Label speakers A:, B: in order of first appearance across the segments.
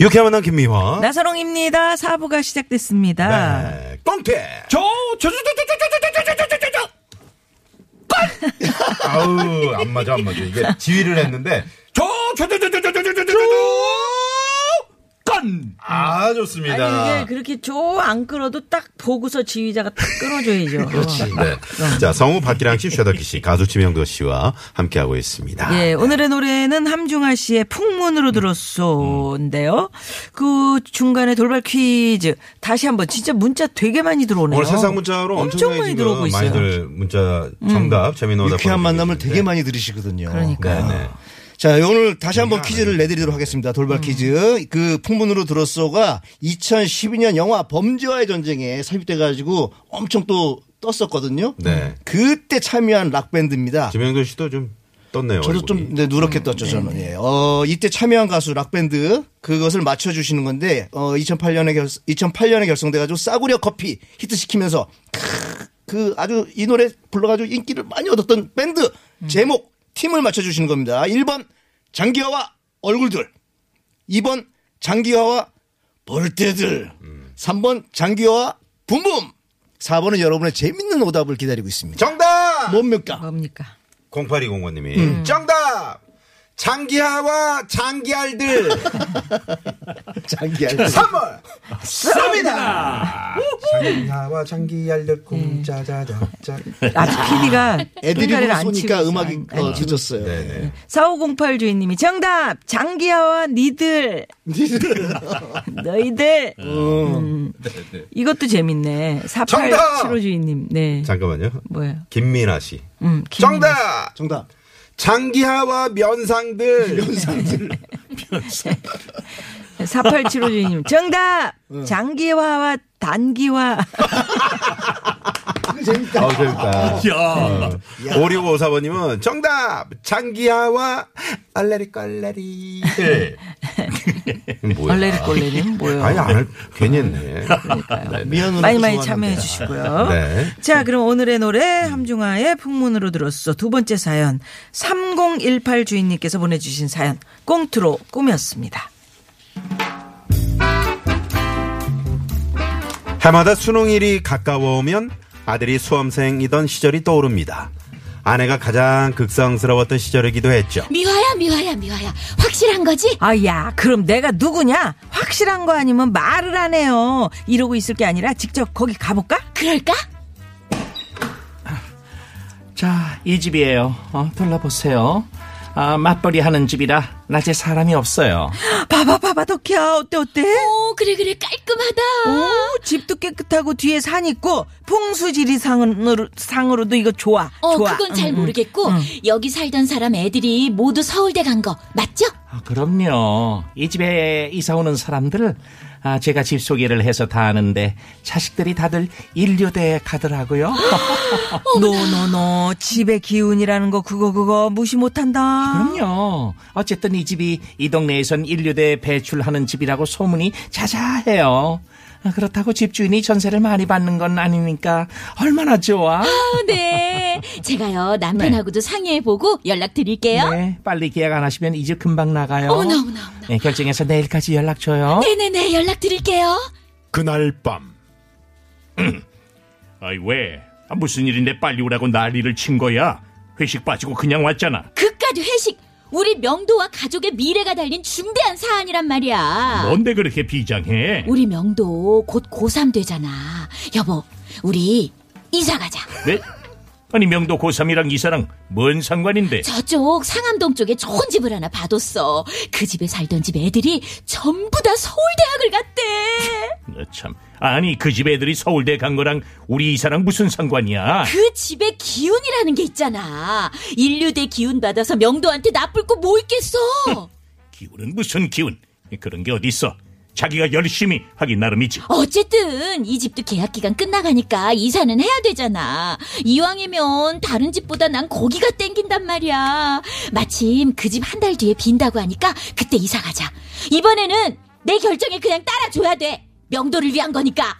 A: 유쾌한 만남
B: 어?
A: 김미화.
B: 나서롱입니다. 사부가 시작됐습니다.
A: 네. 꽁태.
C: 저, 저, 저, 저, 저, 저, 저, 저, 저, 저, 저, 저, 저.
A: 아우, 안 맞아, 안 맞아. 이게 지휘를 했는데.
C: 저, 저, 저, 저, 저, 저, 저, 저, 저, 저, 저. 건.
A: 아, 좋습니다.
B: 아니 이게 그렇게 저 안 끌어도 딱 보고서 지휘자가 딱 끌어줘야죠. 그렇지.
A: 네. 자, 성우 박기랑 씨, 셔덕기 씨, 가수 지명도 씨와 함께하고 있습니다.
B: 예, 오늘의 노래는 함중아 씨의 풍문으로 들었소인데요. 그 중간에 돌발 퀴즈 다시 한번 진짜 문자 되게 많이 들어오네요.
A: 오늘 세상 문자로 엄청
B: 엄청 많이 들어오고 있어요. 음.
A: 많이들 문자 정답 재미노다
D: 유쾌한 만남을 네. 되게 많이 들으시거든요.
B: 그러니까요.
A: 네, 네.
D: 자, 오늘 다시 한번 퀴즈를 내드리도록 하겠습니다.
B: 음.
D: 돌발 퀴즈. 그 풍문으로 들었소가 2012년 영화 범죄와의 전쟁에 삽입돼가지고 엄청 또 떴었거든요.
A: 네.
D: 그때 참여한 락밴드입니다.
A: 지명도 씨도 좀 떴네요.
D: 저도 좀
A: 얼굴이. 음,
D: 네, 누렇게 떴죠 저는. 예. 어 이때 참여한 가수 락밴드 그것을 맞춰 주시는 건데 어 2008년에 결 2008년에 결성돼가지고 싸구려 커피 히트 시키면서 그 아주 이 노래 불러가지고 인기를 많이 얻었던 밴드
A: 음.
D: 제목 팀을 맞춰 주시는 겁니다. 1번 장기화와 얼굴들, 2번 장기화와 벌떼들,
A: 음.
D: 3번 장기화와 붐붐, 4번은 여러분의 재밌는 오답을 기다리고 있습니다.
A: 정답!
D: 뭡니까?
B: 뭡니까?
A: 08202님이.
B: 음.
A: 정답! 장기하와 장기알들.
D: 장기화.
A: 3월 3일이다! 장기하와 장기알들 공짜자자자.
B: 아직 PD가
D: 애드립을 쏘니까 음악이 어, 늦었어요.
A: 네네.
B: 4508 주인님이 정답 장기하와 니들 너희들 음. 이것도 재밌네 4875 주인님 네
A: 잠깐만요.
B: 뭐예요
A: 김민아 씨.
B: 음, 김-
A: 정답!
D: 정답.
A: 장기하와 면상들.
B: 4875 주인님 정답 장기화와 단기화
A: 어, 재밌다.
C: 야.
A: 5654번님은 정답! 장기하와 얼레리 껄레리. 뭐야.
B: 얼레리 꼴레는 뭐예요
A: 아니, 안, 할- 괜히 했네.
D: 미안으로
B: 많이 많이 참여해
D: 죄송합니다.
B: 주시고요.
A: 네.
B: 자, 그럼 오늘의 노래 함중아의 풍문으로 들었어. 두 번째 사연. 3018 주인님께서 보내 주신 사연. 꽁트로 꾸몄습니다.
A: 해마다 수능일이 가까워오면 아들이 수험생이던 시절이 떠오릅니다. 아내가 가장 극성스러웠던 시절이기도 했죠.
E: 미화야 미화야 미화야 확실한 거지?
B: 아, 야, 그럼 내가 누구냐? 확실한 거 아니면 말을 안 해요. 이러고 있을 게 아니라 직접 거기 가볼까?
E: 그럴까?
C: 자, 이 집이에요. 어, 둘러보세요. 아, 맞벌이 하는 집이라 낮에 사람이 없어요.
B: 봐봐, 봐봐, 덕희야. 어때, 어때?
E: 오 그래 그래 깔끔하다.
B: 오, 집도 깨끗하고 뒤에 산 있고 풍수지리 상으로, 상으로도 이거 좋아.
E: 어
B: 좋아.
E: 그건 잘
B: 음, 음.
E: 모르겠고 여기 살던 사람 애들이 모두 서울대 간 거 맞죠?
C: 아, 그럼요. 이 집에 이사 오는 사람들을 아, 제가 집 소개를 해서 다 아는데 자식들이 다들 인류대에 가더라고요.
B: 노노노 집의 기운이라는 거 그거 그거 무시 못한다.
C: 그럼요. 어쨌든 이 집이 이 동네에선 인류대 배출하는 집이라고 소문이 자자해요. 아, 그렇다고 집주인이 전세를 많이 받는 건 아니니까 얼마나 좋아.
E: 아, 네. 제가요 남편하고도 상의해 보고 연락 드릴게요.
C: 네, 빨리 계약 안 하시면 이 집 금방 나가요.
E: 어머나 어머나 어머나.
C: 네, 결정해서 내일까지 연락 줘요.
E: 네네네 연락 드릴게요.
A: 그날 밤.
F: 아이 왜? 아, 무슨 일인데 빨리 오라고 난리를 친 거야? 회식 빠지고 그냥 왔잖아.
E: 극가도 회식. 우리 명도와 가족의 미래가 달린 중대한 사안이란 말이야.
F: 뭔데 그렇게 비장해?
E: 우리 명도 곧 고3 되잖아. 여보 우리 이사 가자.
F: 네? 아니 명도 고3이랑 이사랑 뭔 상관인데
E: 저쪽 상암동 쪽에 좋은 집을 하나 봐뒀어. 그 집에 살던 집 애들이 전부 다 서울대학을 갔대.
F: 나 참. 아니 그 집 애들이 서울대 간 거랑 우리 이사랑 무슨 상관이야?
E: 그 집에 기운이라는 게 있잖아. 인류대 기운 받아서 명도한테 나쁠 거 뭐 있겠어?
F: 기운은 무슨 기운? 그런 게 어딨어? 자기가 열심히 하기 나름이지.
E: 어쨌든 이 집도 계약 기간 끝나가니까 이사는 해야 되잖아. 이왕이면 다른 집보다 난 거기가 땡긴단 말이야. 마침 그 집 한 달 뒤에 빈다고 하니까 그때 이사 가자. 이번에는 내 결정에 그냥 따라줘야 돼. 명도를 위한 거니까.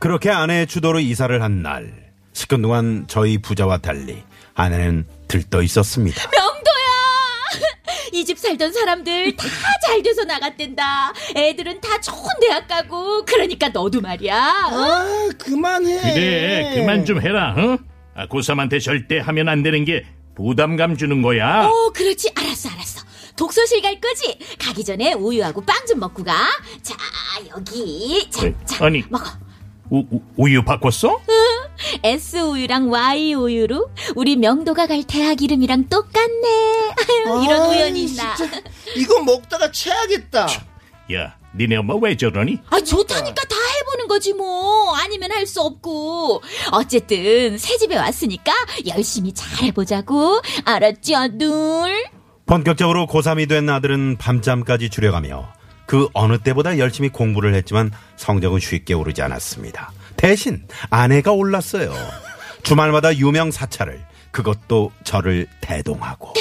A: 그렇게 아내의 주도로 이사를 한 날, 식근 동안 저희 부자와 달리 아내는 들떠 있었습니다.
E: 명도야! 이 집 살던 사람들 다 잘 돼서 나갔댄다. 애들은 다 좋은 대학 가고. 그러니까 너도 말이야. 어? 응?
D: 아 그만해.
F: 그래 그만 좀 해라. 어? 아, 고3한테 절대 하면 안 되는 게 부담감 주는 거야.
E: 오, 그렇지. 알았어, 알았어. 독서실 갈 거지? 가기 전에 우유하고 빵 좀 먹고 가. 자, 여기. 자,
F: 에,
E: 자.
F: 아니.
E: 먹어.
F: 우, 우, 우유 바꿨어?
E: S 우유랑 Y 우유로 우리 명도가 갈 대학 이름이랑 똑같네. 아유, 이런
D: 아이,
E: 우연이 있나.
D: 진짜. 이거 먹다가 체하겠다.
F: 야 니네 엄마 왜 저러니?
E: 아, 좋다니까 다 해보는 거지 뭐. 아니면 할 수 없고. 어쨌든 새 집에 왔으니까 열심히 잘 해보자고. 알았지, 아들?
A: 본격적으로 고3이 된 아들은 밤잠까지 줄여가며 그 어느 때보다 열심히 공부를 했지만 성적은 쉽게 오르지 않았습니다. 대신 아내가 올랐어요. 주말마다 유명 사찰을 그것도 저를 대동하고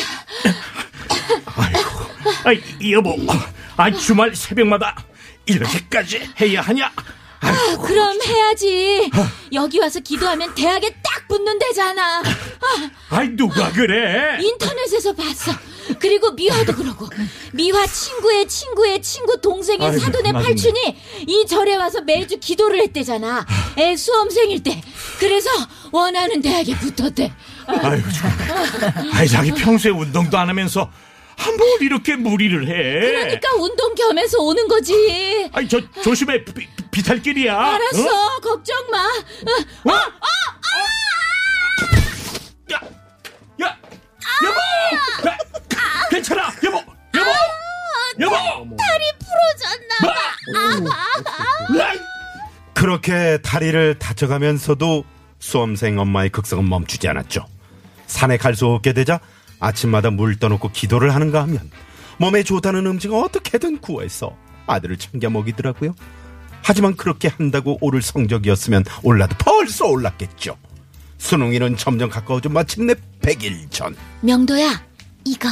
F: 아이 여보, 아 주말 새벽마다 이렇게까지 해야 하냐?
E: 아, 그럼 해야지. 여기 와서 기도하면 대학에 딱 붙는다잖아. 아,
F: 아이 누가 그래?
E: 인터넷에서 봤어. 그리고 미화도 그러고. 미화 친구의 친구의 친구 동생의
F: 아이고,
E: 사돈의
F: 나중에.
E: 팔촌이 이 절에 와서 매주 기도를 했대잖아. 애 수험생일 때. 그래서 원하는 대학에 붙었대.
F: 아유 정말. 아이 자기 평소에 운동도 안 하면서 한 번 이렇게 무리를 해.
E: 그러니까 운동 겸해서 오는 거지.
F: 아이 저 조심해 비, 탈길이야
D: 아,
E: 알았어. 걱정 마. 어, 아!
F: 어? 야, 야, 여보, 야, 괜찮아, 여보, 여보,
E: 아,
F: 여보.
D: 뭐?
E: 풀어졌나 봐.
F: 으악!
A: 그렇게 다리를 다쳐가면서도 수험생 엄마의 극성은 멈추지 않았죠. 산에 갈 수 없게 되자 아침마다 물 떠놓고 기도를 하는가 하면 몸에 좋다는 음식을 어떻게든 구해서 아들을 챙겨 먹이더라고요. 하지만 그렇게 한다고 오를 성적이었으면 올라도 벌써 올랐겠죠. 수능이는 점점 가까워져 마침내 100일 전.
E: 명도야, 이거.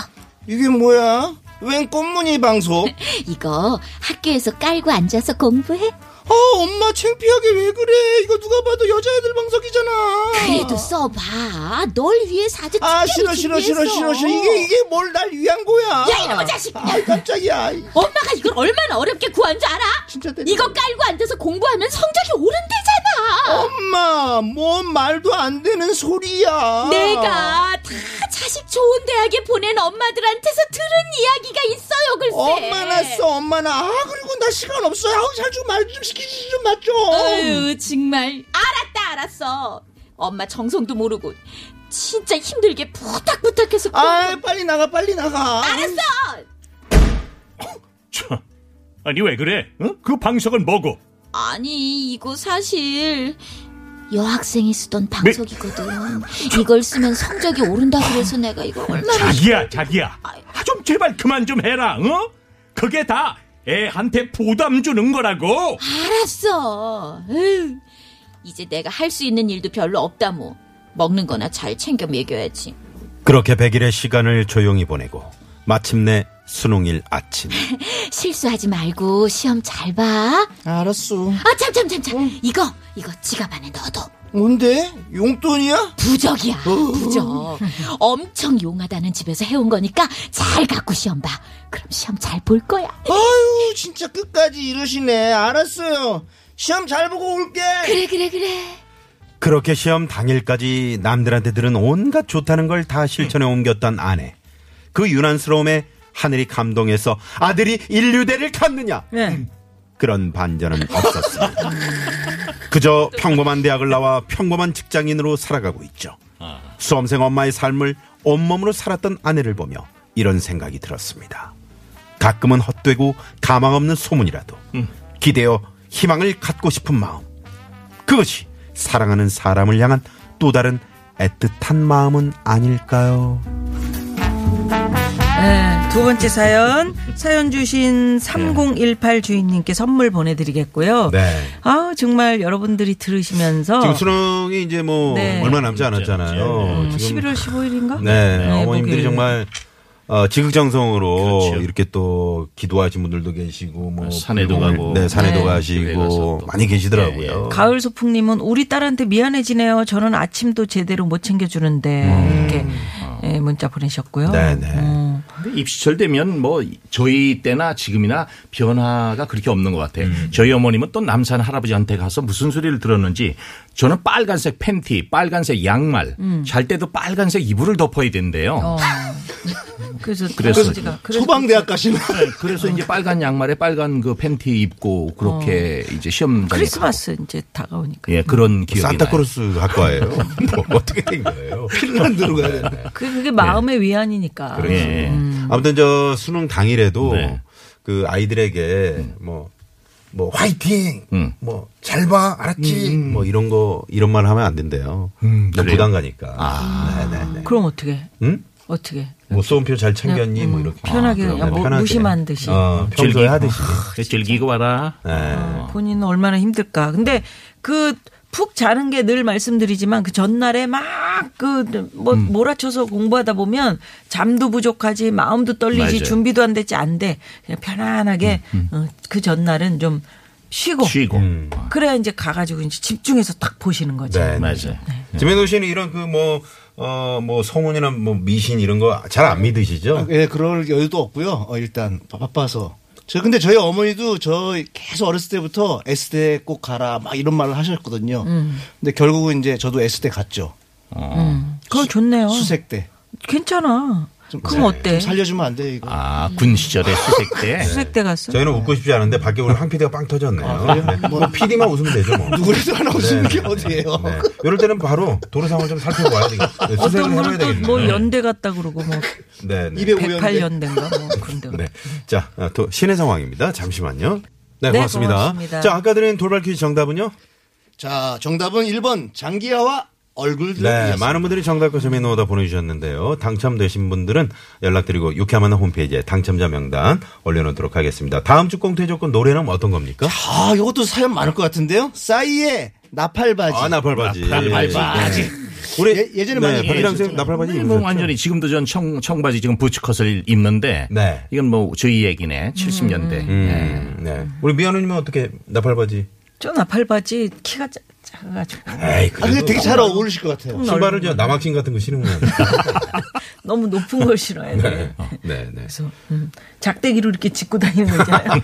D: 이게 뭐야? 웬 꽃무늬 방석?
E: 이거 학교에서 깔고 앉아서 공부해?
D: 아 엄마 창피하게 왜 그래? 이거 누가 봐도 여자애들 방석이잖아.
E: 그래도 써봐. 널 위해 사주
D: 아 싫어
E: 특별히
D: 싫어 싫어
E: 준비했어.
D: 싫어 싫어 이게 이게 뭘 날 위한 거야?
E: 야, 이놈의 자식!
D: 아 깜짝이야. 아이,
E: 엄마가 이걸 얼마나 어렵게 구한 줄 알아?
D: 진짜 때려.
E: 이거 깔고 앉아서 공부하면 성적이 오른대잖아.
D: 엄마 뭔 말도 안 되는 소리야.
E: 내가 다 자식 좋은 대학에 보낸 엄마들한테서 들은 이야기가 있어요, 글쎄.
D: 엄마
E: 네.
D: 났어 엄마 나. 아 그리고 나 시간 없어. 아우 잘좀 말 좀 시키지 좀 맞죠.
E: 어휴, 정말. 알았다, 알았어. 엄마 정성도 모르고 진짜 힘들게 부탁 부탁해서
D: 아 빨리 나가 빨리 나가.
E: 알았어.
F: 참, 아니 왜 그래? 응? 그 방석은 뭐고?
E: 아니 이거 사실 여학생이 쓰던 방석이거든. 이걸 쓰면 성적이 오른다 그래서 내가 이거 얼마나
F: 자기야, 자기야, 아, 좀 제발 그만 좀 해라, 어? 그게 다 애한테 부담 주는 거라고.
E: 알았어. 에휴, 이제 내가 할 수 있는 일도 별로 없다 뭐. 먹는 거나 잘 챙겨 먹여야지.
A: 그렇게 100일의 시간을 조용히 보내고 마침내 수능일 아침.
E: 실수하지 말고 시험 잘 봐.
D: 알았어.
E: 아, 참, 참, 참, 참. 이거, 이거 지갑 안에 넣어둬.
D: 뭔데? 용돈이야?
E: 부적이야, 부적. 엄청 용하다는 집에서 해온 거니까 잘 갖고 시험 봐. 그럼 시험 잘 볼 거야.
D: 아유 진짜 끝까지 이러시네. 알았어요. 시험 잘 보고 올게.
E: 그래, 그래, 그래.
A: 그렇게 시험 당일까지 남들한테 들은 온갖 좋다는 걸 다 실천에 옮겼던 아내. 그 유난스러움에 하늘이 감동해서 아들이 인류대를 갔느냐?
B: 예.
A: 그런 반전은 없었습니다. 그저 평범한 대학을 나와 평범한 직장인으로 살아가고 있죠. 수험생 엄마의 삶을 온몸으로 살았던 아내를 보며 이런 생각이 들었습니다. 가끔은 헛되고 가망 없는 소문이라도 기대어 희망을 갖고 싶은 마음. 그것이 사랑하는 사람을 향한 또 다른 애틋한 마음은 아닐까요?
B: 네, 두 번째 사연. 사연 주신 3018 주인님께 선물 보내드리겠고요.
A: 네.
B: 아, 정말 여러분들이 들으시면서.
A: 지금 수능이 이제 뭐
B: 어. 네.
A: 얼마 남지 않았잖아요.
B: 음,
A: 지금
B: 11월 15일인가?
A: 네,
B: 뭐그
A: 어머님들이 정말 어, 지극정성으로
G: 그렇죠. 아,
A: 이렇게 또 기도하신 분들도 계시고 뭐
G: 산에도
A: 불공을-
G: 가고.
A: 네, 산에도
B: 네.
G: 교회 가서
A: 가시고
G: 또.
A: 많이 계시더라고요.
G: 예,
B: 가을 소풍님은 우리 딸한테 미안해지네요. 저는 아침도 제대로 못 챙겨주는데 이렇게 예, 문자 보내셨고요.
A: 네네.
B: 음.
G: 근데 입시철 되면 뭐 저희 때나 지금이나 변화가 그렇게 없는 것 같아요.
F: 음.
G: 저희 어머님은 또 남산 할아버지한테 가서 무슨 소리를 들었는지 저는 빨간색 팬티, 빨간색 양말, 잘 때도 빨간색 이불을 덮어야 된대요.
B: 음. 어. 그래서
G: 그래서
B: 아버지가 그래서
D: 소방대학 가시는
G: 네, 그래서 이제 빨간 양말에 빨간 그 팬티 입고 그렇게 이제 시험장에
B: 어. 크리스마스 이제 다가오니까.
G: 가고. 예, 그런 기억이
A: 음. 산타크로스 학과예요. 뭐 어떻게 된 거예요? 네.
D: 핀란드로 가야 되나?
B: 그- 그게 마음의 위안이니까.
G: 나요. 예.
A: 그렇죠.
B: 음.
A: 아무튼 저 수능 당일에도
G: 네.
A: 그 아이들에게 뭐, 뭐 화이팅,
G: 음.
A: 뭐 잘 봐,
B: 음,
A: 알았지, 뭐 이런 거 이런 말 하면 안 된대요. 너무
G: 음, 그래요?
A: 부담 가니까.
G: 아.
A: 네네네.
B: 그럼 어떻게?
A: 응?
B: 어떻게?
A: 뭐 수험표 잘 챙겼니? 뭐 이렇게
B: 네. 음, 편하게
A: 아,
B: 그냥 뭐
A: 편하게.
B: 무심한 듯이.
A: 어, 평소에
G: 즐기고.
A: 하듯이.
G: 그래, 즐기고 와라.
A: 네.
G: 어.
B: 본인은 얼마나 힘들까. 근데 그 푹 자는 게 늘 말씀드리지만 그 전날에 막 그 뭐
G: 음.
B: 몰아쳐서 공부하다 보면 잠도 부족하지 마음도 떨리지
G: 맞아요. 음,
B: 준비도 안 됐지 안 돼. 그냥 편안하게 어, 그 전날은 좀 쉬고
G: 쉬고. 아.
B: 그래야 이제 가가지고 이제 집중해서 딱 보시는 거지.
A: 음. 네.
G: 맞아요.
A: 지민호 씨는 이런 그 뭐, 어, 뭐 성운이나 뭐 미신 이런 거 잘 안
B: 아, 그렇죠.
A: 믿으시죠?
D: 예, 그럴 여유도 없고요. 어, 일단 바- 바빠서. 저 근데 저희 어머니도 저 계속 어렸을 때부터 S대 꼭 가라 막 이런 말을 하셨거든요.
E: 음.
D: 근데 결국은 이제 저도 S대 갔죠.
B: 그거 좋네요.
D: 수색대.
B: 괜찮아. 그럼
A: 네.
B: 어때?
D: 좀
E: 네.
D: 살려주면 안 돼, 이거.
G: 아, 군 시절에 수색 때.
B: 수색대 갔어?
A: 네. 저희는 웃고 싶지
B: 네.
A: 않은데 밖에 오늘 황 PD가 빵 터졌네요.
B: 아,
D: 그래요?
A: 네. 뭐 PD만 웃으면 되죠 뭐.
D: 누구라도 하나 웃으면 게 어디예요?
A: 네. 이럴 때는 바로 도로 상황을 좀 살펴봐야 되겠어요. 네,
B: 어떤
A: 수색을 해봐야
B: 분은 또
A: 되겠네요.
B: 뭐 연대 갔다 그러고 뭐
A: 네, 네.
B: 108년대인가 뭐 그런데.
A: 네. 자, 아, 또 신의 상황입니다. 잠시만요. 네,
B: 네,
A: 고맙습니다.
B: 고맙습니다.
A: 자, 아까 드린 돌발 퀴즈 정답은요?
D: 자, 정답은 1번 장기하와 얼굴
A: 네,
D: 들기.
A: 많은 분들이 정답과 재미있는 오다 보내주셨는데요. 당첨되신 분들은 연락드리고 유쾌한 홈페이지에 당첨자 명단 올려놓도록 하겠습니다. 다음 주 공태 조건 노래는 어떤 겁니까?
D: 아, 이것도 사연 많을 것 같은데요? 싸이의 나팔바지.
A: 아, 나팔바지.
G: 나팔바지.
A: 네. 우리 네,
D: 예- 예전에 많이
A: 박이랑
D: 얘기했었죠.
A: 선생님 나팔바지
F: 네,
G: 아니, 뭐
A: 입으셨죠?
G: 완전히 지금도 전 청, 청바지 지금 부츠컷을 입는데
A: 네.
G: 이건 뭐 저희 얘기네. 70년대.
A: 음, 네. 우리 미아누님은 어떻게 나팔바지?
B: 저 나팔바지 키가 작- 작아가지고
A: 에이,
D: 아, 근데 되게 잘 어울리실 것 같아요.
A: 신발을 저 남학생 같은 거 신으면 안 돼요.
B: 너무 높은 걸 싫어해. 네.
A: 네, 네.
B: 그래서 음, 작대기로 이렇게 짚고 다니는 거잖아요.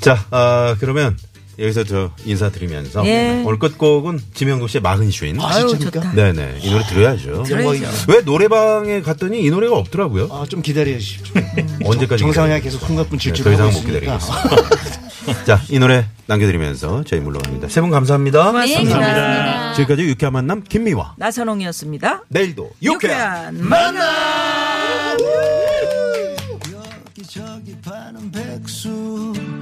A: 자, 아, 그러면 여기서 저 인사드리면서
B: 예.
A: 오늘 끝곡은 지명국 씨의 마흔쉰.
B: 아유
D: 진짜입니까?
B: 좋다.
A: 네네. 이 노래 들어야죠. 뭐,
B: 들어야죠.
A: 왜 노래방에 갔더니 이 노래가 없더라고요.
D: 아, 좀 기다려 주십시오.
A: 언제까지
D: 정상이야
A: 기다려요?
D: 계속 흥가뿐
A: 네,
D: 질질
A: 더 이상
D: 하고
A: 못
D: 있으니까.
A: 기다리겠습니다. 자, 이 노래 남겨드리면서 저희 물러갑니다. 세 분 감사합니다.
E: 네, 감사합니다.
A: 지금까지 유쾌한 만남 김미화.
B: 나선홍이었습니다.
A: 내일도 유쾌한
B: 유쾌한
D: 여기저기 파는 백수